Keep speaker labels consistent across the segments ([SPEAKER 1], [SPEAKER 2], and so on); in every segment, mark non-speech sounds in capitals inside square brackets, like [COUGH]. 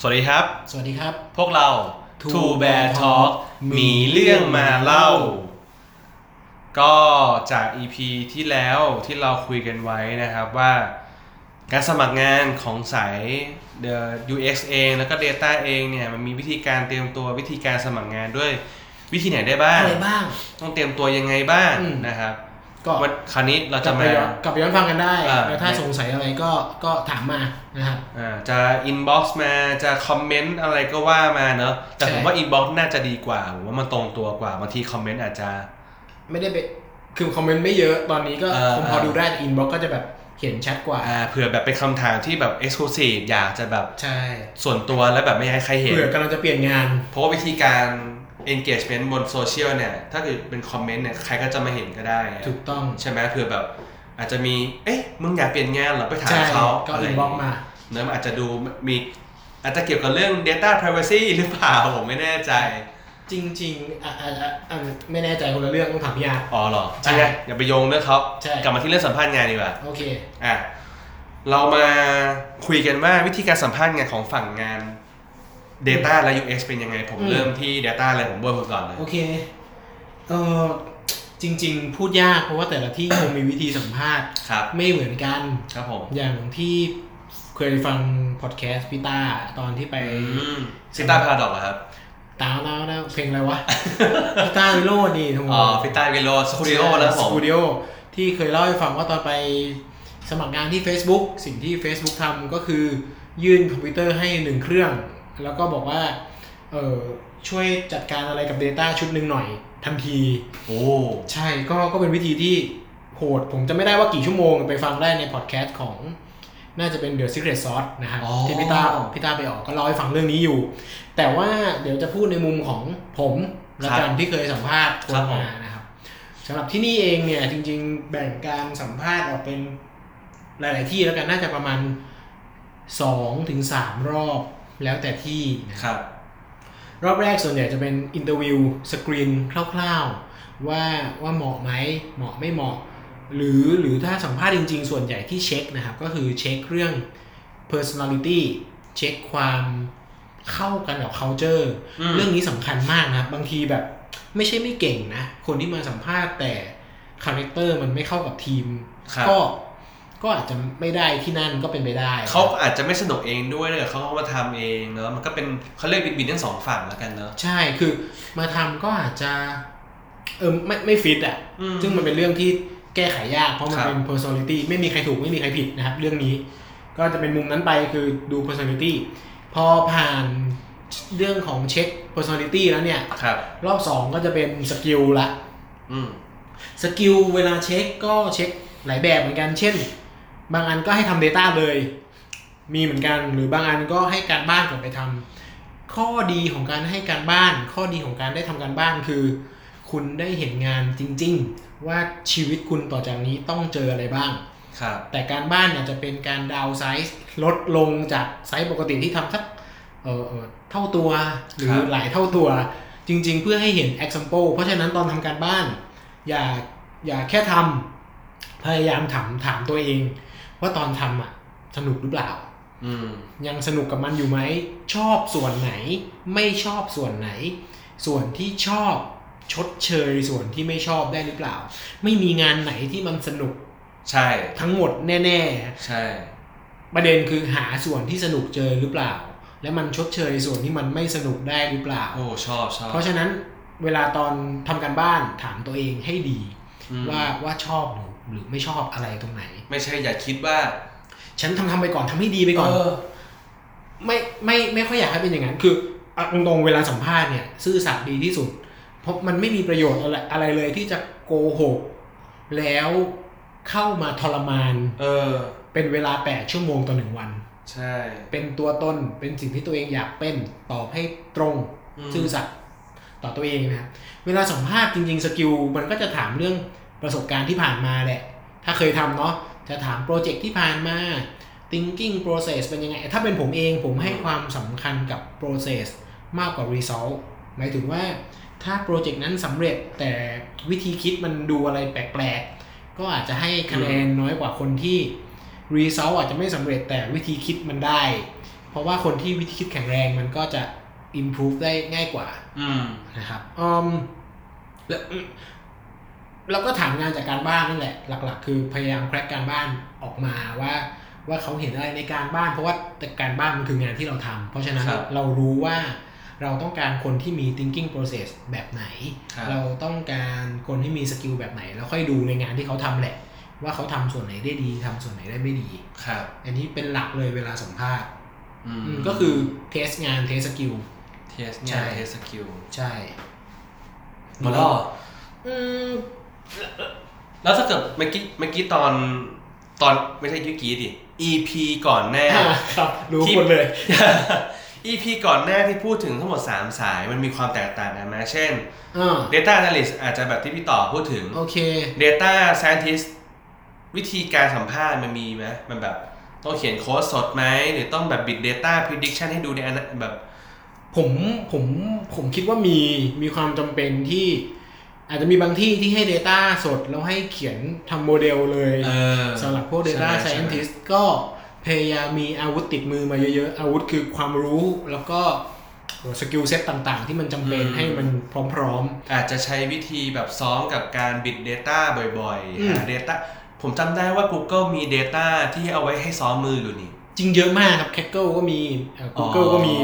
[SPEAKER 1] สวัสดีครับ
[SPEAKER 2] สวัสดีครับ
[SPEAKER 1] พวกเรา Two Bear Talk มีเรื่องมาเล่า ก็จาก EP ที่แล้วที่เราคุยกันไว้นะครับว่า การสมัครงานของสาย The UX เองแล้วก็ Data เองเนี่ยมันมีวิธีการเตรียมตัววิธีการสมัครงานด้วยวิธีไหนได้บ้าง
[SPEAKER 2] อะไรบ้าง
[SPEAKER 1] ต้องเตรียมตัวยังไงบ้าง
[SPEAKER 2] อืม
[SPEAKER 1] นะครับ
[SPEAKER 2] ก็
[SPEAKER 1] วันคราวนี้เรา
[SPEAKER 2] ก
[SPEAKER 1] จะ
[SPEAKER 2] ลับไป
[SPEAKER 1] มา
[SPEAKER 2] ย้อนกลับไปย้อนฟังกันได้
[SPEAKER 1] อ่า
[SPEAKER 2] แล้วถ้าสงสัยอะไรก็ก็ถามมานะครับ
[SPEAKER 1] อ่าจะ inbox มาจะคอมเมนต์อะไรก็ว่ามาเนอะแต่ผม
[SPEAKER 2] ใช่
[SPEAKER 1] ว่า inbox น่าจะดีกว่าผมว่ามันตรงตัวกว่าบางทีคอมเมนต์อาจจะ
[SPEAKER 2] ไม่ได้ไปคือคอมเมนต์ไม่เยอะตอนนี้ก็
[SPEAKER 1] อ่า
[SPEAKER 2] ผมพออา ดูได้แต่อินบ็อกก็จะแบบเห็นชัดกว่า
[SPEAKER 1] อ่าเผื่อแบบเป็นคำถามที่แบบ exclusive อยากจะแบบ
[SPEAKER 2] ใช่
[SPEAKER 1] ส่วนตัวและแบบไม่อยากให้ใครเห็น
[SPEAKER 2] เผื่อกำลังจะเปลี่ยนงาน
[SPEAKER 1] เพราะว่าวิธีการ engagement บนโซเชียลเนี่ย ถ้าเกิดเป็นคอมเมนต์เนี่ย ใครก็จะมาเห็นก็ได้อะ
[SPEAKER 2] ถูกต้อง
[SPEAKER 1] ใช่ไหมเผื่อแบบ อาจจะมี เอ๊ะ มึงอยากเปลี่ยนงานเหรอ ไปถาม
[SPEAKER 2] ใช่
[SPEAKER 1] เขา
[SPEAKER 2] ก็
[SPEAKER 1] ะไร
[SPEAKER 2] อิ
[SPEAKER 1] ย่
[SPEAKER 2] น
[SPEAKER 1] ง
[SPEAKER 2] บ็อ
[SPEAKER 1] งี้
[SPEAKER 2] กมา
[SPEAKER 1] เนื้อะมันอาจจะดูมี อาจจะเกี่ยวกับเรื่อง data privacy หรือเปล่า ผมไม่แน่ใจ
[SPEAKER 2] จริงๆอ่ะอ่ะอ่ะอ่ะไม่แน่ใจคนละเรื่องต้องถามพี่อาร์
[SPEAKER 1] อ๋อเหรอ
[SPEAKER 2] ใช่
[SPEAKER 1] ใช่ไงอย่าไปโยงเรื่องเขา
[SPEAKER 2] ใช่
[SPEAKER 1] กลับมาที่เรื่องสัมภาษณ์งานดีกว่า
[SPEAKER 2] โอเค
[SPEAKER 1] อ่ะเรามาคุยกันว่าวิธีการสัมภาษณ์งานของฝั่งงาน Data และ UX เป็นยังไง ผม
[SPEAKER 2] อืม
[SPEAKER 1] เริ่มที่ Data เลยผมเบิร์นคนก่อนเลย
[SPEAKER 2] โอเค เออจริง ๆ พูดยากเพราะว่าแต่ละที่คงมีวิธีสัมภาษณ์
[SPEAKER 1] ครับ
[SPEAKER 2] ไม่เหมือนกัน
[SPEAKER 1] ครับผม
[SPEAKER 2] อย่างที่เคยฟังพอดแคสต์พี่ต้าตอนที่ไป
[SPEAKER 1] ซิต้าพาราดอกครับ
[SPEAKER 2] ตาวแล้วแล้วเพลงอะไร
[SPEAKER 1] [LAUGHS]
[SPEAKER 2] วะ พี่ต้าวิโรจน์นี่ถูกไหม
[SPEAKER 1] อ๋อฟิต้าวิโรสคูดิโอแล้วผ
[SPEAKER 2] ส
[SPEAKER 1] ม
[SPEAKER 2] ตูดิโอที่เคยเล่าให้ฟังว่าตอนไปสมัครงานที่ Facebook สิ่งที่ Facebook ทำก็คือยื่นคอมพิวเตอร์ให้หนึ่งเครื่อง แล้วก็บอกว่าเออช่วยจัดการอะไรกับ Data ชุดหนึ่งหน่อยทันที
[SPEAKER 1] โอ้
[SPEAKER 2] ใช่ก็ก็เป็นวิธีที่โหด ผมจะไม่ได้ว่ากี่ชั่วโมงไปฟังได้ในพอดแคสต์ของ น่าจะเป็น The Secret Sauce นะครับ
[SPEAKER 1] อ๋อ
[SPEAKER 2] ที่พี่ตาออกพี่ตาไปออกก็เล่าให้ฟังเรื่องนี้อยู่ แต่ว่าเดี๋ยวจะพูดในมุมของผมและกันที่เคยสัมภาษณ์คนมานะครับสำหรับที่นี่เองเนี่ยจริงๆ แบ่งการสัมภาษณ์ออกเป็นหลาย ๆ ที่แล้วกันน่าจะประมาณ2ถึง3รอบแล้วแต่ที่นะครับ
[SPEAKER 1] ครับ
[SPEAKER 2] รอบแรกส่วนใหญ่จะเป็นอินเตอร์วิวสกรีนคร่าวๆ ว่าว่าเหมาะไหมเหมาะไม่เหมาะ หรือหรือถ้าสัมภาษณ์จริงๆ ส่วนใหญ่ที่เช็คนะครับ ก็คือเช็คเรื่อง personality เช็คความเข้ากันกับ culture
[SPEAKER 1] อืม
[SPEAKER 2] เรื่องนี้สำคัญมากนะครับ บางทีแบบไม่ใช่ไม่เก่งนะ คนที่มาสัมภาษณ์แต่คาแรคเตอร์มันไม่เข้ากับทีม
[SPEAKER 1] ครับ
[SPEAKER 2] ก็ก็อาจจะไม่ได้ที่นั่นก็เป็นไปได้
[SPEAKER 1] เขาอาจจะไม่สนุกเองด้วยเนอะเขาก็มาทำเองเนอะมันก็เป็นเขาเรียกบินบินทั้งสองฝั่งแล้วกันเนอะ
[SPEAKER 2] ใช่ คือมาทำก็อาจจะ เออไม่ไม่ฟิตอ่ะ
[SPEAKER 1] อืม
[SPEAKER 2] ซึ่งมันเป็นเรื่องที่แก้ไขยากเพราะมัน
[SPEAKER 1] ครับ
[SPEAKER 2] เป็น personality ไม่มีใครถูกไม่มีใครผิดนะครับ เรื่องนี้ ก็จะเป็นมุมนั้นไปคือดู personality พอผ่านเรื่องของเช็ค personality แล้วเนี่ย
[SPEAKER 1] ครับ
[SPEAKER 2] รอบสองก็จะเป็นสกิลละ
[SPEAKER 1] อืม
[SPEAKER 2] สกิลเวลาเช็คก็เช็คหลายแบบเหมือนกัน เช่น บางอันก็ให้ทำ Data เลย มีเหมือนกัน หรือบางอันก็ให้การบ้านก่อนไปทำ ข้อดีของการให้การบ้าน ข้อดีของการได้ทำการบ้านคือ คุณได้เห็นงานจริงๆ ว่าชีวิตคุณต่อจากนี้ต้องเจออะไรบ้าง
[SPEAKER 1] ครับ
[SPEAKER 2] แต่การบ้านเนี่ยจะเป็นการดาวไซส์ลดลงจากไซส์ปกติที่ทำสักเออเอ่อเท่าตัวหรือ
[SPEAKER 1] ครับ
[SPEAKER 2] หลายเท่าตัว จริง ๆ เพื่อให้เห็น example เพราะฉะนั้นตอนทำการบ้าน อย่าอย่าแค่ทำพยายามถามถามตัวเอง ว่าตอนทำอ่ะสนุกหรือเปล่า
[SPEAKER 1] อืม
[SPEAKER 2] ยังสนุกกับมันอยู่ไหม ชอบส่วนไหน ไม่ชอบส่วนไหน ส่วนที่ชอบชดเชยส่วนที่ไม่ชอบได้หรือเปล่า ไม่มีงานไหนที่มันสนุก
[SPEAKER 1] ใช่
[SPEAKER 2] ทั้งหมดแน่ ๆ
[SPEAKER 1] ใช่
[SPEAKER 2] ประเด็นคือหาส่วนที่สนุกเจอหรือเปล่า และมันชดเชยส่วนที่มันไม่สนุกได้หรือเปล่า
[SPEAKER 1] โอ้ชอบชอบ
[SPEAKER 2] เพราะฉะนั้นเวลาตอนทำการบ้านถามตัวเองให้ดี
[SPEAKER 1] อืม
[SPEAKER 2] ว่าว่าชอบหรือหรือไม่ชอบอะไรตรงไหน
[SPEAKER 1] ไม่ใช่อย่าคิดว่า
[SPEAKER 2] ฉันทำทำไปก่อนทำให้ดีไปก่อน ไม่ไม่ไม่ค่อยอยากให้เป็นอย่างนั้น คือเอาตรงๆเวลาสัมภาษณ์เนี่ยซื่อสัตย์ดีที่สุด เพราะมันไม่มีประโยชน์อะไรอะไรเลยที่จะโกหกแล้วเข้ามาทรมาน
[SPEAKER 1] เออ
[SPEAKER 2] เป็นเวลาแปดชั่วโมงต่อหนึ่งวัน
[SPEAKER 1] ใช่
[SPEAKER 2] เป็นตัวตน เป็นสิ่งที่ตัวเองอยากเป็น ตอบให้ตรง
[SPEAKER 1] อืม
[SPEAKER 2] ซื่อสัตย์ต่อตัวเองนะครับ เวลาสัมภาษณ์จริงๆ สกิลมันก็จะถามเรื่องประสบการณ์ที่ผ่านมาแหละ ถ้าเคยทำเนาะ จะถามโปรเจกต์ที่ผ่านมา thinking process เป็นยังไง ถ้าเป็นผมเองผมให้ความสำคัญกับ process มากกว่า result หมายถึงว่าถ้าโปรเจกต์นั้นสำเร็จแต่วิธีคิดมันดูอะไรแปลกๆ ก็อาจจะให้คะแนนน้อยกว่าคนที่ result อาจจะไม่สำเร็จแต่วิธีคิดมันได้ เพราะว่าคนที่วิธีคิดแข็งแรงมันก็จะ improve ได้ง่ายกว่า
[SPEAKER 1] อืม
[SPEAKER 2] นะครับอืมแล้วอืมแล้วก็ถามงานจากการบ้านนั่นแหละ หลัก ๆ คือพยายามแครกการบ้านออกมาว่า ว่าเขาเห็นอะไรในการบ้าน เพราะว่าแต่การบ้านมันคืองานที่เราทำเพราะฉะนั้น
[SPEAKER 1] ครับ
[SPEAKER 2] เรารู้ว่าเราต้องการคนที่มี thinking process แบบไหน
[SPEAKER 1] ครับ
[SPEAKER 2] เราต้องการคนที่มีสกิลแบบไหน แล้วค่อยดูในงานที่เขาทำแหละ ว่าเขาทำส่วนไหนได้ดีทำส่วนไหนได้ไม่ดี
[SPEAKER 1] ครับ
[SPEAKER 2] อันนี้เป็นหลักเลยเวลาสัมภาษณ์
[SPEAKER 1] อืม
[SPEAKER 2] อืมก็คือเทสงานเทสสกิล
[SPEAKER 1] เทสเนี่
[SPEAKER 2] ใช่
[SPEAKER 1] ยเทสสกิล
[SPEAKER 2] ใช่
[SPEAKER 1] มาแล้ว
[SPEAKER 2] อืม
[SPEAKER 1] แล้วถ้าเกิดเมื่อกี้เมื่อกี้ตอนตอนไม่ใช่ยุกี้ดิ EP ก่อนแน่ [LAUGHS]
[SPEAKER 2] อ่าครับรู้
[SPEAKER 1] ที่
[SPEAKER 2] หมดเลย
[SPEAKER 1] EP ก่อนหน้าที่พูดถึงทั้งหมด 3 สายมันมีความแตกต่างกันนะ เช่น
[SPEAKER 2] อ่า
[SPEAKER 1] Data Analyst อาจจะแบบที่พี่ต่อพูดถึง
[SPEAKER 2] โอเค
[SPEAKER 1] Data Scientist วิธีการสัมภาษณ์มันมีไหมมันแบบต้องเขียนโค้ดสดไหม หรือต้องแบบบิด Data Prediction ให้ดูในอนาแบบ
[SPEAKER 2] ผมผมผมคิดว่ามีมีความจำเป็นที่ อาจจะมีบางที่ที่ให้ Data สด แล้วให้เขียนทำโมเดลเลย
[SPEAKER 1] เออ
[SPEAKER 2] สำหรับพวก Data
[SPEAKER 1] ใช่ไหม
[SPEAKER 2] Scientist ก็พยายามมีอาวุธติดมือมาเยอะๆ อาวุธคือความรู้แล้วก็สกิลเซ็ตต่างๆ ที่มันจำเป็น
[SPEAKER 1] อืม
[SPEAKER 2] ให้มันพร้อม
[SPEAKER 1] อาจจะใช้วิธีแบบซ้อมกับการบิด Data บ่อย
[SPEAKER 2] อื
[SPEAKER 1] ๆ
[SPEAKER 2] ม
[SPEAKER 1] หา Data ผมจำได้ว่า Google มี Data ที่เอาไว้ให้ซ้อมมืออยู่นี่
[SPEAKER 2] ๆ จริงเยอะมากครับ Kaggle ก็มีเอ่อ Google
[SPEAKER 1] อ๋อ
[SPEAKER 2] ก็มี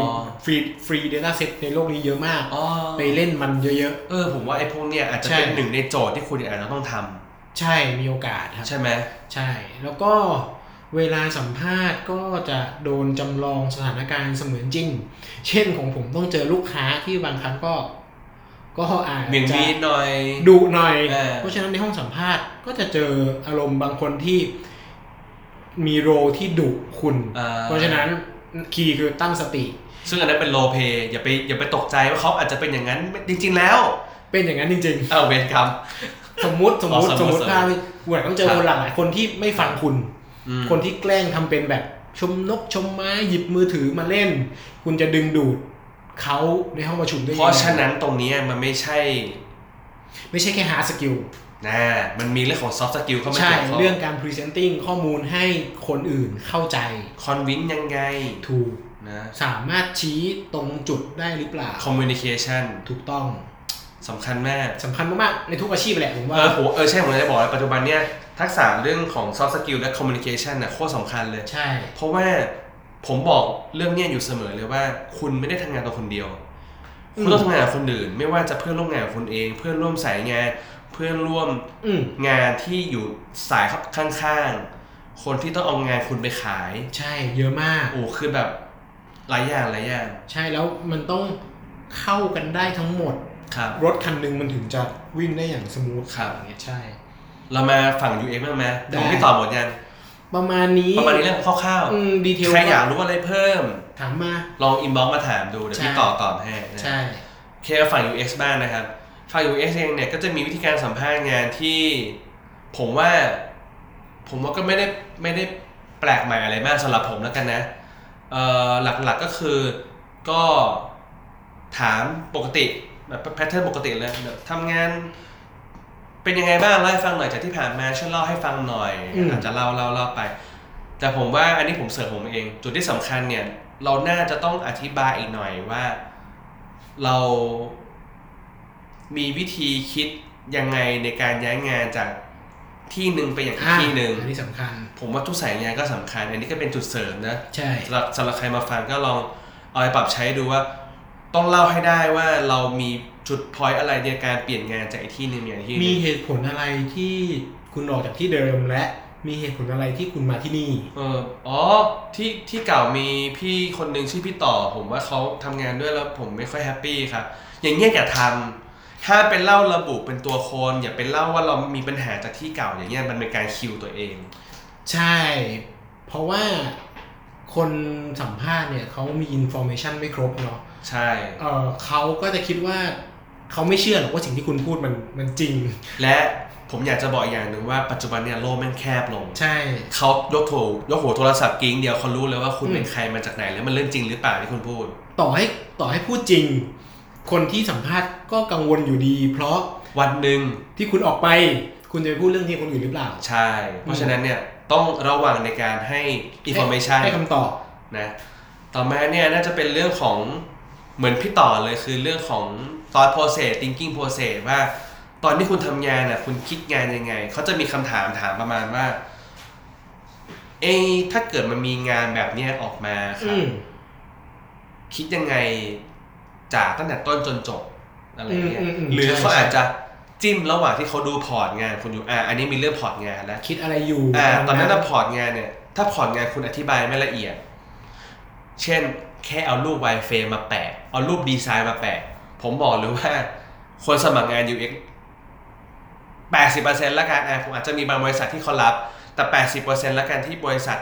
[SPEAKER 2] ฟรีฟรี Data Set ในโลกนี้เยอะมาก
[SPEAKER 1] อ๋อ
[SPEAKER 2] ไปเล่นมันเยอะ
[SPEAKER 1] เออผมว่าไอ้พวกเนี้ยอาจจะ
[SPEAKER 2] ใช่
[SPEAKER 1] เป็นหนึ่งในโจทย์ที่คุณอาจจะต้องท
[SPEAKER 2] ๆ ใช่มีโอกาสครับ
[SPEAKER 1] ำใช่ไหม
[SPEAKER 2] ใช่ แล้วก็เวลาสัมภาษณ์ก็จะโดนจำลองสถานการณ์เสมือนจริง เช่นของผมต้องเจอลูกค้าที่บางครั้งก็ ก็อาจ
[SPEAKER 1] เบี่ยง
[SPEAKER 2] จะ
[SPEAKER 1] วีดหน่อย
[SPEAKER 2] ดุหน่อย
[SPEAKER 1] เออ
[SPEAKER 2] เพราะฉะนั้นในห้องสัมภาษณ์ก็จะเจออารมณ์บางคนที่มีโรลที่ดุคุณ
[SPEAKER 1] อ่
[SPEAKER 2] เพราะฉะนั้นคีย์คือตั้งสติ
[SPEAKER 1] ซึ่งอันนั้นเป็นโลเ y อย่าไปอย่าไปตกใจว่าเขาอาจจะเป็นอย่างนั้นจริง ๆ แล้ว
[SPEAKER 2] เป็นอย่างนั้นจริง
[SPEAKER 1] เอาเวรกรรม
[SPEAKER 2] ๆ สมมุติสมมุติ
[SPEAKER 1] อ๋อส
[SPEAKER 2] ส
[SPEAKER 1] ม
[SPEAKER 2] ม
[SPEAKER 1] มุ
[SPEAKER 2] ม
[SPEAKER 1] ติ
[SPEAKER 2] ติว่าคุณอาจต้องเจอ
[SPEAKER 1] ครั
[SPEAKER 2] ค
[SPEAKER 1] บ
[SPEAKER 2] นหลากหลายคนที่ไม่ฟังคุณ
[SPEAKER 1] อืม
[SPEAKER 2] คนที่แกล้งทำเป็นแบบชมนกชมไม้หยิบมือถือมาเล่น คุณจะดึงดูดเขาในห้องประชุมด้วย
[SPEAKER 1] เพราะ
[SPEAKER 2] ยังไง
[SPEAKER 1] ฉะนั้นตรงเนี้ยมันไม่ใช่
[SPEAKER 2] ไม่ใช่แค่หาสกิล
[SPEAKER 1] นะมันมีเรื่องของ soft skill เข้ามา
[SPEAKER 2] ใช่
[SPEAKER 1] เกี่ยวข้อง
[SPEAKER 2] เรื่องการพรีเซนติ้งข้อมูลให้คนอื่นเข้าใจ
[SPEAKER 1] คอนวินยังไง
[SPEAKER 2] ถูก
[SPEAKER 1] นะ
[SPEAKER 2] สามารถชี้ตรงจุดได้หรือเปล่า
[SPEAKER 1] communication
[SPEAKER 2] ถูกต้อง
[SPEAKER 1] สำคัญมาก
[SPEAKER 2] สำคัญมากๆในทุกอาชีพแหละผม
[SPEAKER 1] เอ
[SPEAKER 2] ว่า
[SPEAKER 1] อโหเออ ใช่ ผมจะบอกเลยปัจจุบันเนี่ย ทักษะเรื่องของ soft skill และ communication น่ะโคตรสำคัญเลย
[SPEAKER 2] ใช่
[SPEAKER 1] เพราะว่าผมบอกเรื่องเนี้ยอยู่เสมอเลยว่า คุณไม่ได้ทำงานตัวคนเดียว คุณต้องทำงานกับคนอื่น ไม่ว่าจะเพื่อนร่วมงานกับคุณเอง เพื่อนร่วมสายงาน เพื่อนร่วม
[SPEAKER 2] อืม
[SPEAKER 1] งานที่อยู่สายข้างๆ คนที่ต้องเอางานคุณไปขาย
[SPEAKER 2] ใช่เยอะมาก
[SPEAKER 1] โอ้คือแบบหลายอย่างหลายอย่าง
[SPEAKER 2] ใช่แล้วมันต้องเข้ากันได้ทั้งหมด
[SPEAKER 1] ครับ
[SPEAKER 2] รถคันหนึงมันถึงจะวิ่งได้อย่างสมูท
[SPEAKER 1] ครับ
[SPEAKER 2] อย่างเงี้ยใช่
[SPEAKER 1] เรามาฝั่ง UX บ้างไหม
[SPEAKER 2] ได้
[SPEAKER 1] ของพี่ต่อหมดยัง
[SPEAKER 2] ประมาณนี้
[SPEAKER 1] ประมาณนี้เรื่องคร่าว
[SPEAKER 2] อืมดีเทล
[SPEAKER 1] ๆใครอยากรู้อะไรเพิ่ม
[SPEAKER 2] ถามมา
[SPEAKER 1] ลองอินบ็อกมาถามดูเดี๋ยวพี่
[SPEAKER 2] ใช่
[SPEAKER 1] ต่อตอบให้นะ
[SPEAKER 2] ใช่
[SPEAKER 1] โอเคมาฝั่ง UX บ้างนะครับ ฝั่ง UX เองเนี่ยก็จะมีวิธีการสัมภาษณ์งานที่ ผมว่า ผมว่าก็ไม่ได้ไม่ได้แปลกใหม่อะไรมากสำหรับผมแล้วกันนะเอ่อหลักๆก็คือก็ถามปกติแบบแพทเทิร์นปกติเลยแบบทำงาน เป็นยังไงบ้างเล่าให้ฟังหน่อยจากที่ผ่านมาช่วยเล่าให้ฟังหน่อย
[SPEAKER 2] อืม
[SPEAKER 1] อาจจะเล่าเล่าเล่าไป แต่ผมว่าอันนี้ผมเสริมผมเอง จุดที่สำคัญเนี่ย เราน่าจะต้องอธิบายอีกหน่อยว่า เรามีวิธีคิดยังไงในการย้ายงานจากที่หนึ่งไปอย่างอีกที่หนึ่ง
[SPEAKER 2] อันนี้สำคัญ
[SPEAKER 1] ผมว่าทุกสายงานก็สำคัญ อันนี้ก็เป็นจุดเสริมนะ
[SPEAKER 2] ใช่
[SPEAKER 1] สำหรับสำหรับใครมาฟังก็ลองเอาไปปรับใช้ดูว่า ต้องเล่าให้ได้ว่าเรามีจุดพอยต์อะไรในการเปลี่ยนงานจากไอ้ที่หนึ่งไปอย่างที่ห
[SPEAKER 2] มี
[SPEAKER 1] นึ่ง
[SPEAKER 2] เหตุผลอะไรที่คุณออกจากที่เดิมและ มีเหตุผลอะไรที่คุณมาที่นี่
[SPEAKER 1] เอออ๋อที่ที่เก่ามีพี่คนหนึ่งชื่อพี่ต่อ ผมว่าเขาทำงานด้วยแล้วผมไม่ค่อยแฮปปี้ครับอย่างเงี้ยอย่าทำถ้าเป็นเล่าระบุเป็นตัวคนอย่าเป็นเล่าว่าเรามีปัญหาจากที่เก่า อย่างเงี้ยมันเป็นการคิวตัวเอง
[SPEAKER 2] ใช่ เพราะว่าคนสัมภาษณ์เนี่ยเขามีอินโฟ a t ชันไม่ครบเนาะ
[SPEAKER 1] ใช่
[SPEAKER 2] เออเขาก็จะคิดว่า เขาไม่เชื่อหรอกว่าสิ่งที่คุณพูดมันมันจริง
[SPEAKER 1] และ ผมอยากจะบอกอย่างหนึ่งว่าปัจจุบันเนี่ยโลกแม่งแคบลง
[SPEAKER 2] ใช่
[SPEAKER 1] เขายกโถยกหัวโทรศัพท์กิ้งเดียวเขารู้เลยว่าคุณ
[SPEAKER 2] อืม
[SPEAKER 1] เป็นใครมาจากไหนแล้วมันเรื่องจริงหรือเปล่าที่คุณพูด
[SPEAKER 2] ต่อให้ต่อให้พูดจริง คนที่สัมภาษณ์ก็กังวลอยู่ดี เพราะ
[SPEAKER 1] วันหนึ่ง
[SPEAKER 2] ที่คุณออกไป คุณจะไปพูดเรื่องที่คนอื่นหรือเปล่า
[SPEAKER 1] ใช่ เพราะฉะนั้นเนี่ยต้องระวังในการให้อินโฟเมชัน
[SPEAKER 2] ให้คำตอบ
[SPEAKER 1] นะต่อมาเนี่ยน่าจะเป็นเรื่องของเหมือนพี่ต่อเลยคือเรื่องของ thought process thinking process ว่า ตอนที่คุณทำงานน่ะคุณคิดงานยังไง เขาจะมีคำถามถามประมาณว่า เอะถ้าเกิดมันมีงานแบบเนี้ยออกมาค
[SPEAKER 2] อื
[SPEAKER 1] รับ
[SPEAKER 2] ม
[SPEAKER 1] คิดยังไงจากตั้งแต่ต้นจนจบอะไรเงี้ย
[SPEAKER 2] อืมอืมอืม
[SPEAKER 1] หรือเขา
[SPEAKER 2] ใช่
[SPEAKER 1] อาจจะจิ้มระหว่างที่เขาดูพอร์ตงานคุณอยู่อ่าอันนี้มีเรื่องพอร์ตงานแล้ว
[SPEAKER 2] คิดอะไรอยู่
[SPEAKER 1] อ่า ตอนนั้นถ้าพอร์ตงานเนี่ย ถ้าพอร์ตงานคุณอธิบายไม่ละเอียด เช่น แค่เอารูป i f r a m e มาแปะ เอารูปดีไซน์มาแปะ ผมบอกเลยว่า คนสมัครงาน UX 80%ละกันอ่ะผมอาจจะมีบางบริษัทที่เขารับ แต่ 80%ละกันที่บริษัท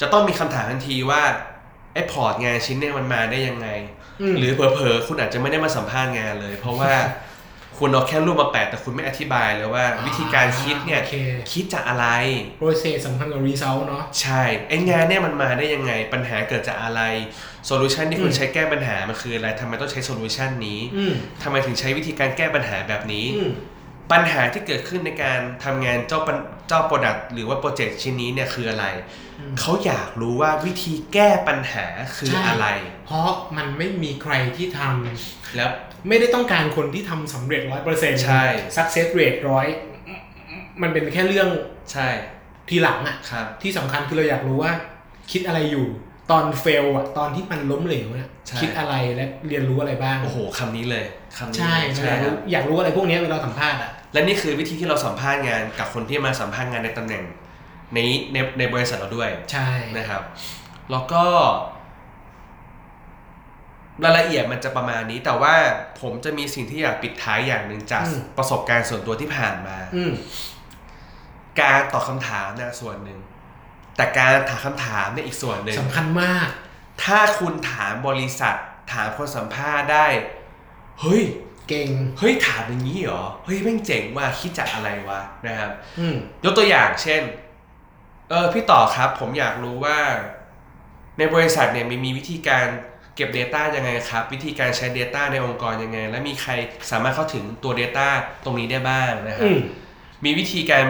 [SPEAKER 1] จะต้องมีคำถามทันทีว่าไอ้พอร์ตงานชิ้นเนี่ยมันมาได้ยังไง
[SPEAKER 2] ม
[SPEAKER 1] หรือเผลอๆ คุณอาจจะไม่ได้มาสัมภาษณ์งานเลย เพราะว่า คุณเอาแค่รูปมาแปะแต่คุณไม่อธิบายเลยว่า วิธีการคิดเนี่ย
[SPEAKER 2] โอเค
[SPEAKER 1] คิดจากอะไร
[SPEAKER 2] โปรเซสสำคัญกับรีเซลเนาะ
[SPEAKER 1] ใช่ไอ้งานเนี่ยมันมาได้ยังไง ปัญหาเกิดจากอะไรโซลูชันที่คุณ
[SPEAKER 2] อืม
[SPEAKER 1] ใช้แก้ปัญหามันคืออะไรทำไมต้องใช้โซลูชันนี้
[SPEAKER 2] อืม
[SPEAKER 1] ทำไมถึงใช้วิธีการแก้ปัญหาแบบนี้
[SPEAKER 2] อืม
[SPEAKER 1] ปัญหาที่เกิดขึ้นในการทำงานเจ้าปัญเจ้าโปรดักต์หรือว่าโปรเจกต์ชิ้นนี้เนี่ยคืออะไร
[SPEAKER 2] อืม
[SPEAKER 1] เขาอยากรู้ว่าวิธีแก้ปัญหาคืออะไร
[SPEAKER 2] เพราะมันไม่มีใครที่ทำ
[SPEAKER 1] แล้ว
[SPEAKER 2] ไม่ได้ต้องการคนที่ทำสำเร็จร้อยเปอร์เซ็นต์
[SPEAKER 1] ใช่
[SPEAKER 2] สักเซสเรทร้อยมันเป็นแค่เรื่อง
[SPEAKER 1] ใช่
[SPEAKER 2] ทีหลังอะ
[SPEAKER 1] ครับ
[SPEAKER 2] ที่สำคัญคือเราอยากรู้ว่า คิดอะไรอยู่ตอนเฟลอะตอนที่มันล้มเหลวเนี่ย
[SPEAKER 1] ใช่
[SPEAKER 2] คิดอะไรและเรียนรู้อะไรบ้าง
[SPEAKER 1] โอ้โหคำนี้เลยคำนี้
[SPEAKER 2] ใช่
[SPEAKER 1] เลย
[SPEAKER 2] เรา
[SPEAKER 1] ใช่
[SPEAKER 2] อยา
[SPEAKER 1] ค
[SPEAKER 2] ก
[SPEAKER 1] รั
[SPEAKER 2] รู้
[SPEAKER 1] บ
[SPEAKER 2] อยากรู้อะไรพวกเนี้ยเวลาสัมภาษณ์อะ
[SPEAKER 1] และนี่คือวิธีที่เราสัมภาษณ์งานกับคนที่มาสัมภาษณ์งานในตำแหน่งนี้ในในบริษัทเราด้วย
[SPEAKER 2] ใช่
[SPEAKER 1] นะครับ แล้วก็ รายละเอียดมันจะประมาณนี้ แต่ว่าผมจะมีสิ่งที่อยากปิดท้ายอย่างหนึ่งจากประสบการณ์ส่วนตัวที่ผ่านมา
[SPEAKER 2] อืม
[SPEAKER 1] การตอบคำถามนะส่วนหนึ่ง แต่การถามคำถามเนี่ยอีกส่วนหนึ่ง
[SPEAKER 2] สำคัญมาก
[SPEAKER 1] ถ้าคุณถามบริษัท ถามคนสัมภาษณ์ได้ เฮ้ย
[SPEAKER 2] เก่ง
[SPEAKER 1] เฮ้ยถามอย่างนี้เหรอ เฮ้ยแม่งเจ๋งว่ะคิดจากอะไรวะนะครับ
[SPEAKER 2] อืม
[SPEAKER 1] ยกตัวอย่างเช่น เออพี่ต่อครับ ผมอยากรู้ว่า ในบริษัทเนี่ยมีมีวิธีการเก็บ Data ยังไงครับ วิธีการใช้ Data ในองค์กรยังไง และมีใครสามารถเข้าถึงตัว Data ตรงนี้ได้บ้างนะครั
[SPEAKER 2] อื
[SPEAKER 1] บ
[SPEAKER 2] ม
[SPEAKER 1] มีวิธีการ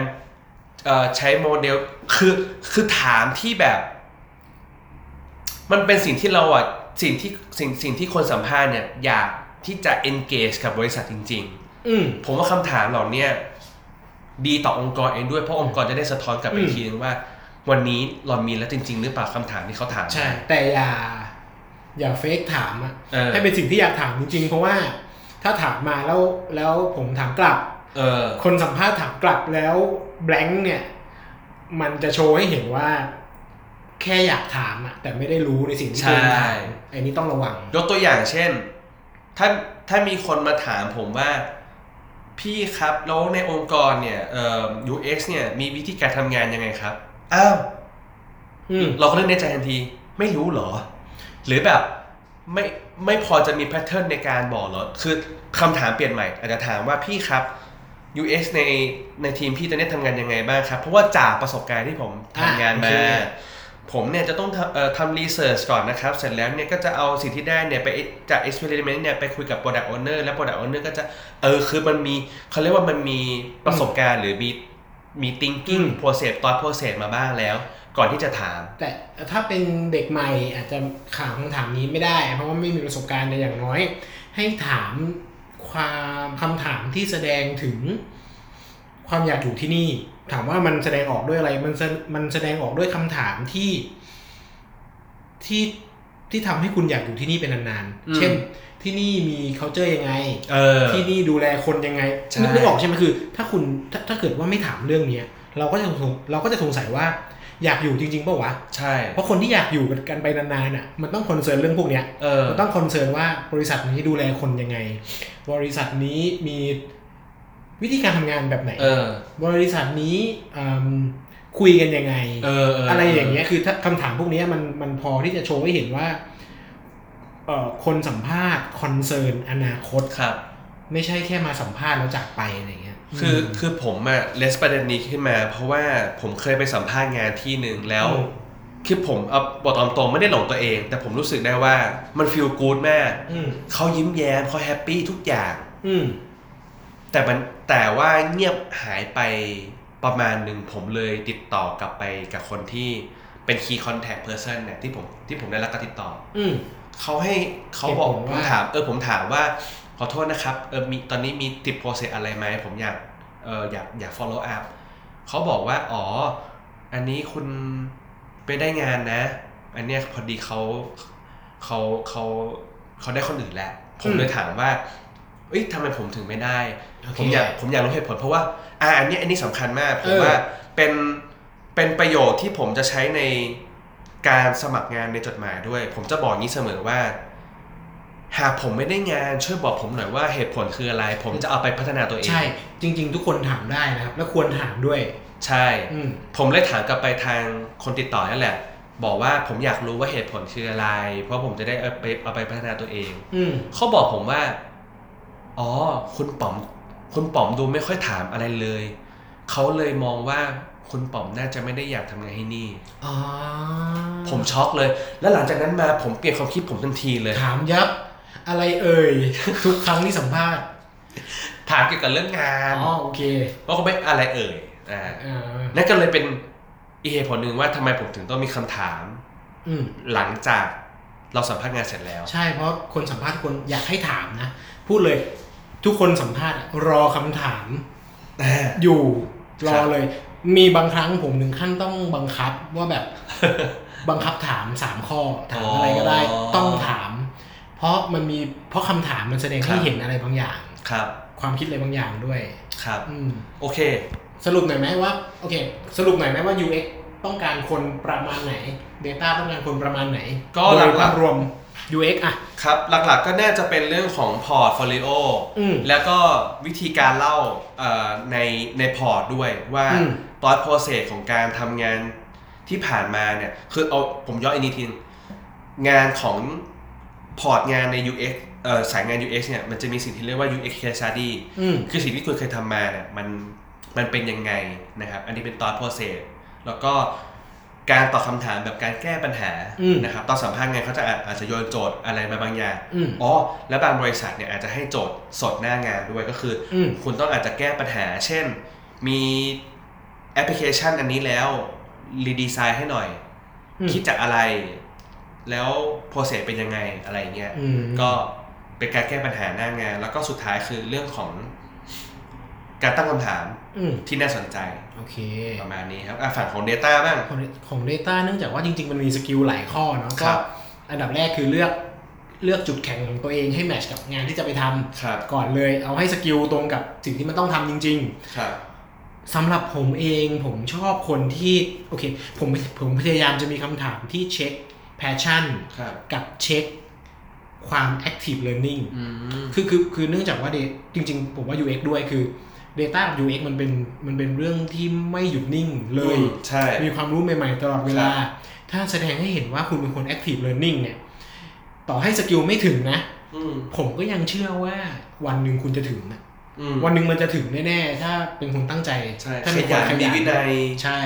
[SPEAKER 1] เอ่อใช้โมเดลคือคือถามที่แบบ มันเป็นสิ่งที่เราอ่ะสิ่งที่สิ่งสิ่งที่คนสัมภาษณ์เนี่ยอยากที่จะ engage กับบริษัทจริง ๆ
[SPEAKER 2] อืม
[SPEAKER 1] ผมว่าคำถามเหล่าเนี้ยดีต่อองค์กรเองด้วยเพราะองค์กรจะได้สะท้อนกลับไป
[SPEAKER 2] อืม
[SPEAKER 1] อีกทีนึงว่า วันนี้หล่อนมีแล้วจริง ๆ หรือเปล่าคำถามที่เขาถาม
[SPEAKER 2] ใช่ แต่อย่า อย่าเฟกถามอะ
[SPEAKER 1] เออ
[SPEAKER 2] ให้เป็นสิ่งที่อยากถามจริงๆ เพราะว่าถ้าถามมาแล้วแล้วผมถามกลับ
[SPEAKER 1] เออ
[SPEAKER 2] คนสัมภาษณ์ถามกลับแล้วแบง n ์เนี่ย มันจะโชว์ให้เห็นว่า แค่อยากถามอะแต่ไม่ได้รู้ในสิ่งที่
[SPEAKER 1] ใช่
[SPEAKER 2] ตัวเองถามไอ้นี้ต้องระวัง
[SPEAKER 1] ยกตัวอย่างเช่น ถ้าถ้ามีคนมาถามผมว่า พี่ครับแล้วในองค์กรเนี่ยเอ่อ UX เนี่ยมีวิธีการทำงานยังไงครับอ้าว
[SPEAKER 2] อืม
[SPEAKER 1] เราก็นึกในใจทันที ไม่รู้เหรอ หรือแบบไม่ไม่พอจะมีแพทเทิร์นในการบอกเหรอคือคำถามเปลี่ยนใหม่อาจจะถามว่าพี่ครับ UX ในในทีมพี่ตอนนี้ทำงานยังไงบ้างครับ เพราะว่าจากประสบการณ์ที่ผมทำงานมา
[SPEAKER 2] อ่ะโอเค
[SPEAKER 1] ผมเนี่ยจะต้องทำเอ่อทำรีเสิร์ชก่อนนะครับ เสร็จแล้วเนี่ยก็จะเอาสิ่งที่ได้เนี่ยไปจาก experiment เนี่ยไปคุยกับ product owner และ product owner ก็จะเออคือมันมีเขาเรียกว่ามันมีประสบการณ์หรือมีมี thinking
[SPEAKER 2] อืม
[SPEAKER 1] process thought process มาบ้างแล้ว ก่อนที่จะถาม
[SPEAKER 2] แต่ถ้าเป็นเด็กใหม่อาจจะถามคำถามนี้ไม่ได้ เพราะว่าไม่มีประสบการณ์แต่อย่างน้อย ให้ถามความคำถามที่แสดงถึง ความอยากอยู่ที่นี่ ถามว่ามันแสดงออกด้วยอะไร มันแสมันแสดงออกด้วยคำถามที่ที่ที่ทำให้คุณอยากอยู่ที่นี่เป็นนาน
[SPEAKER 1] อื
[SPEAKER 2] ๆ
[SPEAKER 1] ม
[SPEAKER 2] เช่น ที่นี่มี culture ยังไง
[SPEAKER 1] เออ
[SPEAKER 2] ที่นี่ดูแลคนยังไง
[SPEAKER 1] ใช่
[SPEAKER 2] นึกนึกออกใช่ไหมคือ ถ้าคุณถ้าถ้าเกิดว่าไม่ถามเรื่องเนี้ย เราก็จะสงเราก็จะสงสัยว่าอยากอยู่จริงๆเปล่าวะ
[SPEAKER 1] ใช่
[SPEAKER 2] เพราะคนที่อยากอยู่กันไปนานๆน่ะมันต้องคอนเซิร์นเรื่องพวกเนี้ย
[SPEAKER 1] เออ
[SPEAKER 2] มันต้องคอนเซิร์นว่าบริษัทนี้ดูแลคนยังไง บริษัทนี้มีวิธีการทำงานแบบไหน
[SPEAKER 1] เออบ
[SPEAKER 2] ริษัทนี้อืมคุยกันยังไง
[SPEAKER 1] เออเออ
[SPEAKER 2] อะไรอย่างเงี้ยคือถ้าคำถามพวกเนี้ยมันมันพอที่จะโชว์ให้เห็นว่าเอ่อคนสัมภาษณ์คอนเซิร์นอนาคต
[SPEAKER 1] ครับ
[SPEAKER 2] ไม่ใช่แค่มาสัมภาษณ์แล้วจากไปอะไรอย่างเงี้ย
[SPEAKER 1] คือคือผมอะเลสประเด็นนี้ขึ้นมา เพราะว่าผมเคยไปสัมภาษณ์งานที่หนึ่งแล้ว
[SPEAKER 2] อืม
[SPEAKER 1] คือผมเอาบอกตามตรงไม่ได้หลงตัวเอง แต่ผมรู้สึกได้ว่ามันฟีลกู๊ดมาก
[SPEAKER 2] อืม
[SPEAKER 1] เขายิ้มแย้มเขาแฮปปี้ทุกอย่าง
[SPEAKER 2] อืม
[SPEAKER 1] แต่มันแต่ว่าเงียบหายไปประมาณหนึ่งผมเลยติดต่อกลับไปกับคนที่เป็น Key Contact Person เนี่ยที่ผมที่ผมได้รับการติดต่อ
[SPEAKER 2] อืม
[SPEAKER 1] เขาให้เขาบอก
[SPEAKER 2] เหตุผล
[SPEAKER 1] ผ
[SPEAKER 2] ว่า
[SPEAKER 1] มถามเออผมถามว่า ขอโทษนะครับเออมีตอนนี้มีติดโปรเซสอะไรไหมผมอยากเอออยากอยาก follow up เขาบอกว่า อ๋อ อันนี้คุณไปได้งานนะ อันเนี้ยพอดีเขาเขาเขาเขาได้คนอื่นแหละผมเลยถามว่าเอ้ยทำไมผมถึงไม่ได้
[SPEAKER 2] โเค
[SPEAKER 1] ผมอยากผมอยากรู้เหตุผลเพราะว่าอ่าอันนี้อันนี้สำคัญมากผ
[SPEAKER 2] เอ
[SPEAKER 1] ม
[SPEAKER 2] อ
[SPEAKER 1] ว่าเป็นเป็นประโยชน์ที่ผมจะใช้ในการสมัครงานในจดหมายด้วย ผมจะบอกนี้เสมอว่า หากผมไม่ได้งานช่วยบอกผมหน่อยว่าเหตุผลคืออะไร ผมจะเอาไปพัฒนาตัวเอง
[SPEAKER 2] ใช่ จริง ๆ ทุกคนถามได้นะครับ และควรถามด้วย
[SPEAKER 1] ใช่
[SPEAKER 2] อืม
[SPEAKER 1] ผมเลยถามกลับไปทางคนติดต่อนั่นแหละ บอกว่าผมอยากรู้ว่าเหตุผลคืออะไร เพราะผมจะได้เอาไปเอาไปพัฒนาตัวเอง
[SPEAKER 2] อืม
[SPEAKER 1] เขาบอกผมว่า อ๋อ คุณป๋อม คุณป๋อมดูไม่ค่อยถามอะไรเลย เขาเลยมองว่าคุณป๋อมน่าจะไม่ได้อยากทำงานที่นี่
[SPEAKER 2] อ๋อ
[SPEAKER 1] ผมช็อกเลย แล้วหลังจากนั้นมาผมเปลี่ยนความคิดผมทันทีเลย
[SPEAKER 2] ถามยับ อะไรเอ่ย ทุกครั้งที่สัมภาษณ์
[SPEAKER 1] ถามเกี่ยวกับเรื่องงาน
[SPEAKER 2] อ๋อโอเค
[SPEAKER 1] เพราะเขาไม่อะไรเอ่ย อ่า
[SPEAKER 2] เอ่อ
[SPEAKER 1] นั่นก็เลยเป็นอีกเหตุผลหนึ่งว่าทำไมผมถึงต้องมีคำถาม
[SPEAKER 2] อืม
[SPEAKER 1] หลังจากเราสัมภาษณ์งานเสร็จแล้ว
[SPEAKER 2] ใช่เพราะคนสัมภาษณ์คนอยากให้ถามนะ พูดเลย ทุกคนสัมภาษณ์อะรอคำถาม อยู่รอเลย มีบางครั้งผมถึงขั้นต้องบังคับว่าแบบ บังคับถามสามข้อถามอะไรก็ได้
[SPEAKER 1] อ๋อ
[SPEAKER 2] ต้องถาม เพราะมันมีเพราะคำถามมันแสดง
[SPEAKER 1] ครั
[SPEAKER 2] ให้
[SPEAKER 1] บ
[SPEAKER 2] เห็นอะไรบางอย่าง
[SPEAKER 1] [LAUGHS] ครับ
[SPEAKER 2] ความคิดอะไรบางอย่างด้วย
[SPEAKER 1] ครับ
[SPEAKER 2] อืม
[SPEAKER 1] โอเค
[SPEAKER 2] สรุปหน่อยไหมว่าโอเค สรุปหน่อยไหมว่า UX ต้องการคนประมาณไหน Data ต้องการคนประมาณไหน
[SPEAKER 1] ก็
[SPEAKER 2] โดย
[SPEAKER 1] หลั
[SPEAKER 2] ภาก พ
[SPEAKER 1] ๆ
[SPEAKER 2] รวม UX อ่ะ
[SPEAKER 1] ครับ หลักๆก็น่าจะเป็นเรื่องของพอร์ตโฟลิโอ
[SPEAKER 2] อืม
[SPEAKER 1] [COUGHS] แล้วก็วิธีการเล่าเอ่อในในพอร์ตด้วยว่า
[SPEAKER 2] อืม
[SPEAKER 1] ตอนโปรเซสของการทำงานที่ผ่านมาเนี่ย คือเอาผมย้อนอีกนิดนึงงานของพอร์ตงานใน UX เอ่อสายงาน UX เนี่ยมันจะมีสิ่งที่เรียกว่า UX case study
[SPEAKER 2] อืม
[SPEAKER 1] คือสิ่งที่คุณเคยทำมาเนี่ยมันมันเป็นยังไงนะครับ อันนี้เป็นตอนโปรเซสแล้วก็การตอบคำถามแบบการแก้ปัญหา
[SPEAKER 2] อืม
[SPEAKER 1] นะครับตอนสัมภาษณ์งานเขาจะอาอาจจะโยนโจทย์อะไรมาบางอย่าง
[SPEAKER 2] อืม
[SPEAKER 1] อ๋อแล้วบางบริษัทเนี่ยอาจจะให้โจทย์สดหน้างานด้วยก็คือ
[SPEAKER 2] อืม
[SPEAKER 1] คุณต้องอาจจะแก้ปัญหา เช่น มีแอปพลิเคชันอันนี้แล้วรีดีไซน์ให้หน่อย
[SPEAKER 2] อืม
[SPEAKER 1] คิดจากอะไร แล้วโปรเซสเป็นยังไงอะไรเงี้ย
[SPEAKER 2] อืม
[SPEAKER 1] ก็เป็นการแก้ปัญหาหน้างาน แล้วก็สุดท้ายคือเรื่องของการตั้งคำถาม
[SPEAKER 2] อืม
[SPEAKER 1] ที่น่าสนใจ
[SPEAKER 2] โอเค
[SPEAKER 1] ประมาณนี้ครับอ่ะฝั่งของ Data บ้าง
[SPEAKER 2] ของของ Data เนื่องจากว่าจริง ๆ มันมีสกิลหลายข้อเนาะ
[SPEAKER 1] ค
[SPEAKER 2] ก็
[SPEAKER 1] รับ
[SPEAKER 2] อันดับแรกคือเลือกเลือกจุดแข็งของตัวเองให้แมทช์กับงานที่จะไปทำ
[SPEAKER 1] ครับ
[SPEAKER 2] ก่อนเลยเอาให้สกิลตรงกับสิ่งที่มันต้องทำจริง
[SPEAKER 1] ครับ
[SPEAKER 2] ๆสำหรับผมเองผมชอบคนที่โอเคผมผมพยายามจะมีคำถามที่เช็ค passion
[SPEAKER 1] ครับ
[SPEAKER 2] กับเช็คความ active learning
[SPEAKER 1] อืม
[SPEAKER 2] คือคือคือเนื่องจากว่า data จริง ๆ ผมว่า UX ด้วยคือ Data กับ UX มันเป็นมันเป็นเรื่องที่ไม่หยุดนิ่งเลย
[SPEAKER 1] ใช่
[SPEAKER 2] มีความรู้ใหม่ ๆ ตลอดเวลา ถ้าแสดงให้เห็นว่าคุณเป็นคน active learning เนี่ย ต่อให้สกิลไม่ถึงนะ
[SPEAKER 1] อืม
[SPEAKER 2] ผมก็ยังเชื่อว่าวันหนึ่งคุณจะถึงนะ
[SPEAKER 1] อืม
[SPEAKER 2] วันหนึ่งมันจะถึงแน่ๆ ถ้าเป็นคนตั้งใจ
[SPEAKER 1] ใช่
[SPEAKER 2] ถ้า
[SPEAKER 1] ข
[SPEAKER 2] เป็นค
[SPEAKER 1] ยั
[SPEAKER 2] น
[SPEAKER 1] น
[SPEAKER 2] ข
[SPEAKER 1] มี
[SPEAKER 2] ยัน
[SPEAKER 1] วินัย
[SPEAKER 2] ใช่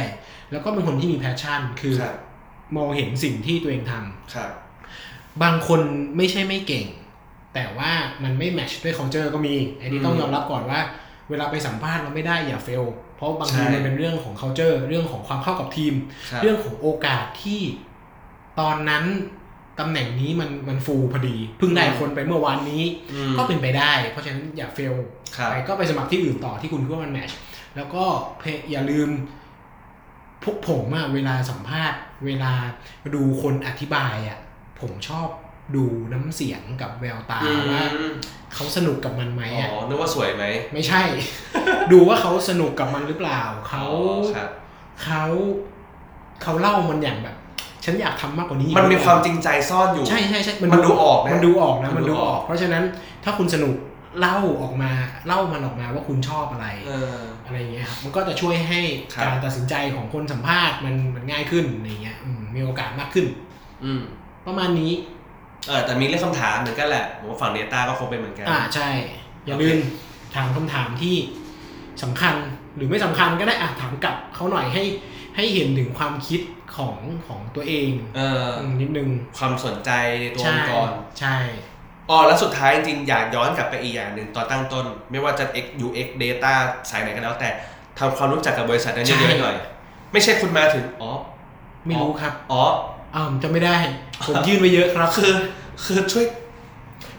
[SPEAKER 2] แล้วก็เป็นคนที่มี passion คือ
[SPEAKER 1] ครับ
[SPEAKER 2] มองเห็นสิ่งที่ตัวเองทำ
[SPEAKER 1] ครับ
[SPEAKER 2] บางคนไม่ใช่ไม่เก่ง แต่ว่ามันไม่แมทช์ด้วย culture ก็มี อันนี้ต้องยอมรับก่อนว่า เวลาไปสัมภาษณ์เราไม่ได้อย่าเฟล เพราะบางทีมันเป็นเรื่องของ culture เรื่องของความเข้ากับทีม
[SPEAKER 1] ครับ
[SPEAKER 2] เรื่องของโอกาสที่ตอนนั้นตำแหน่งนี้มันมันฟูลพอดีเพิ่งได้คนไปเมื่อวานนี้
[SPEAKER 1] อืม
[SPEAKER 2] ก็เป็นไปได้ เพราะฉะนั้นอย่าเฟล
[SPEAKER 1] ครับ
[SPEAKER 2] ไปก็ไปสมัครที่อื่นต่อที่คุณคิดว่ามันแมทช์แล้วก็เพอย่าลืมพวกผมอะเวลาสัมภาษณ์ เวลาดูคนอธิบายอะผมชอบดูน้ำเสียงกับแววตา
[SPEAKER 1] อืม
[SPEAKER 2] ว่าเขาสนุกกับมันไหม
[SPEAKER 1] อ๋อ
[SPEAKER 2] อะ
[SPEAKER 1] นึกว่าสวยไหม
[SPEAKER 2] ไม่ใช่ [LAUGHS] ดูว่าเขาสนุกกับมันหรือเปล่าเขา
[SPEAKER 1] อ๋อครับ
[SPEAKER 2] เขาเขาเล่ามันอย่างแบบ ฉันอยากทำมากกว่านี้
[SPEAKER 1] มันมีความจริงใจซ่อนอยู่
[SPEAKER 2] ใช่ใช่ใช่
[SPEAKER 1] มันดูออกนะ
[SPEAKER 2] มันดูออกนะ
[SPEAKER 1] มั
[SPEAKER 2] มันน
[SPEAKER 1] ดู
[SPEAKER 2] ดู
[SPEAKER 1] อ
[SPEAKER 2] อ
[SPEAKER 1] อ
[SPEAKER 2] อก ก เพราะฉะนั้นถ้าคุณสนุกเล่าออกมาเล่ามันออกมาว่าคุณชอบอะไร
[SPEAKER 1] เออ
[SPEAKER 2] อะไรอย่างเงี้ยครับมันก็จะช่วยให้
[SPEAKER 1] ครับ
[SPEAKER 2] การตัดสินใจของคนสัมภาษณ์มันมันง่ายขึ้นอะไรอย่างเงี้ยอืมมีโอกาสมากขึ้น
[SPEAKER 1] อืม
[SPEAKER 2] ประมาณนี้
[SPEAKER 1] เออแต่มีเรื่องคำถามเหมือนกันแหละผมว่าฝั่งเนต้าก็คงเป็นเหมือนกัน
[SPEAKER 2] อ่าใช่ อย่า
[SPEAKER 1] โอเค
[SPEAKER 2] ลืมถามคำถามที่ สำคัญหรือไม่สำคัญก็ได้อ่ะถามกลับเขาหน่อยให้ให้เห็นถึงความคิดของของตัวเอง
[SPEAKER 1] เออ
[SPEAKER 2] มนิดนึง
[SPEAKER 1] ความสนใจในตัวอ
[SPEAKER 2] ใช่
[SPEAKER 1] งค์กร
[SPEAKER 2] ใช่
[SPEAKER 1] อ๋อแล้วสุดท้ายจริงๆอยากย้อนกลับไปอีกอย่างหนึ่งตอนตั้งต้น ไม่ว่าจะ X UX Data สายไหนก็แล้วแต่ทำความรู้จักกับบริษัทนั้นเยอะๆหน่อย ไม่ใช่คุณมาถึง อ๋อ
[SPEAKER 2] ไม่รู้ครับ
[SPEAKER 1] อ๋อ
[SPEAKER 2] อ้าวจำไม่ได้ ผมยื่นไปเยอะครับ
[SPEAKER 1] คือคือช่วย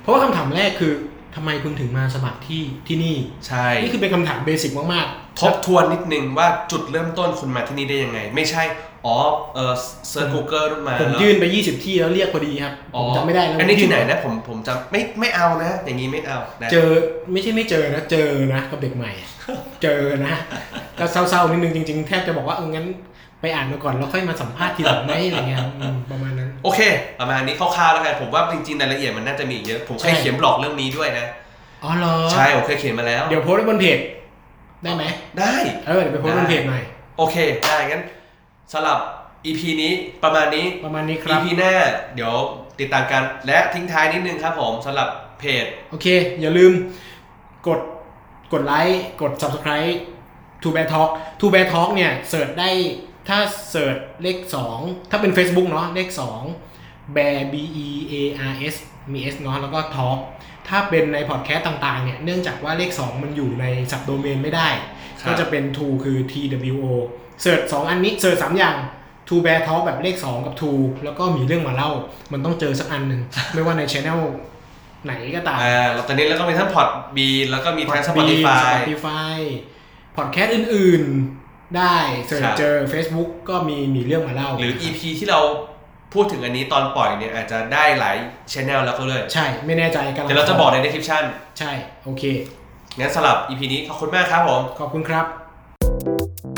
[SPEAKER 2] เพราะว่าคำถามแรกคือทำไมคุณถึงมาสมัครที่ที่นี่
[SPEAKER 1] ใช่
[SPEAKER 2] นี่คือเป็นคำถามเบสิกมากๆ
[SPEAKER 1] ทบทวนนิดนึงว่าจุดเริ่มต้นคุณมาที่นี่ได้ยังไง ไม่ใช่ อ๋อเออเซิร์ชกูเกิลมา
[SPEAKER 2] ผม
[SPEAKER 1] แล้ว
[SPEAKER 2] ยื่นไป 20 ที่แล้วเรียกพอดีครับ
[SPEAKER 1] อ๋
[SPEAKER 2] ผ
[SPEAKER 1] อ
[SPEAKER 2] มจำไม่ได้แล้ว
[SPEAKER 1] อันนี้ที่ไหนนะผมผมจำไม่ไม่เอานะ อย่างนี้ไม่เอานะ
[SPEAKER 2] เจอไม่ใช่ไม่เจอนะเจอนะกับเด็กใหม่
[SPEAKER 1] [LAUGHS]
[SPEAKER 2] เจอนะก็เศร้าๆนิดนึงจริงๆแทบจะบอกว่าเอองั้นไปอ่านมาก่อนแล้วค่อยมาสัมภาษณ์ทีหลังไหมอะไรเงี้ยอืมประมาณนั้น
[SPEAKER 1] โอเค ประมาณนี้คร่าวๆแล้วกันผมว่าจริงๆรายละเอียดมันน่าจะมีอีกเยอะผมเคย
[SPEAKER 2] ใช่
[SPEAKER 1] เขียนบล็อกเรื่องนี้ด้วยนะ
[SPEAKER 2] อ๋อเหรอ
[SPEAKER 1] ใช่ผมเคยเขียนมาแล้ว
[SPEAKER 2] เดี๋ยวโพสต์ไว้บนเพจได้ไหม
[SPEAKER 1] ได้
[SPEAKER 2] เออเดี๋ยวไปโพสต์บนเพจหน่อย
[SPEAKER 1] โอเค ได้งั้นสำหรับ EP นี้ประมาณนี้
[SPEAKER 2] ประมาณนี้ครับ
[SPEAKER 1] EP หน้า เดี๋ยวติดตามกันและทิ้งท้ายนิดนึงครับผมสำหรับเพจ
[SPEAKER 2] โอเค อย่าลืมกดกดไลค์กด subscribe to bear talk to bear talk เนี่ยเสิร์ชได้ถ้าเสิร์ชเลข 2 ถ้าเป็น Facebook เนาะเลข 2 bear b e a r s มี s เนาะแล้วก็ talk ถ้าเป็นในพอดแคสต์ต่างๆเนี่ยเนื่องจากว่าเลข 2 มันอยู่ในสับโดเมนไม่ได้
[SPEAKER 1] ครับ
[SPEAKER 2] ก็จะเป็น to คือ t w o เสิร์ช2อันนี้เสิร์ช3อย่าง to bear talk แบบเลข 2 กับ to แล้วก็มีเรื่องมาเล่า มันต้องเจอสักอันหนึ่งไม่ว่าใน channel ไหนก็ตาม
[SPEAKER 1] อ่าแล้วตอนนี้แล้วก็มีทั้งพอดบีแล้วก็มีทั้ง Spotify
[SPEAKER 2] พอดแคสต์อื่นๆ ได้เสิร์
[SPEAKER 1] ค
[SPEAKER 2] ช
[SPEAKER 1] รับ
[SPEAKER 2] เจอ Facebook ก็มีมีเรื่องมาเล่า
[SPEAKER 1] หรือ EP ที่เราพูดถึงอันนี้ตอนปล่อยเนี่ยอาจจะได้หลายช anel แล้วก็เลย
[SPEAKER 2] ใช่ ไม่แน่ใจกำลัน
[SPEAKER 1] เดี๋ยวเราจะบอกใน description
[SPEAKER 2] ใช่ โอเค
[SPEAKER 1] งั้นสำหรับ EP นี้ขอบคุณมากครับผม
[SPEAKER 2] ขอบคุณครับ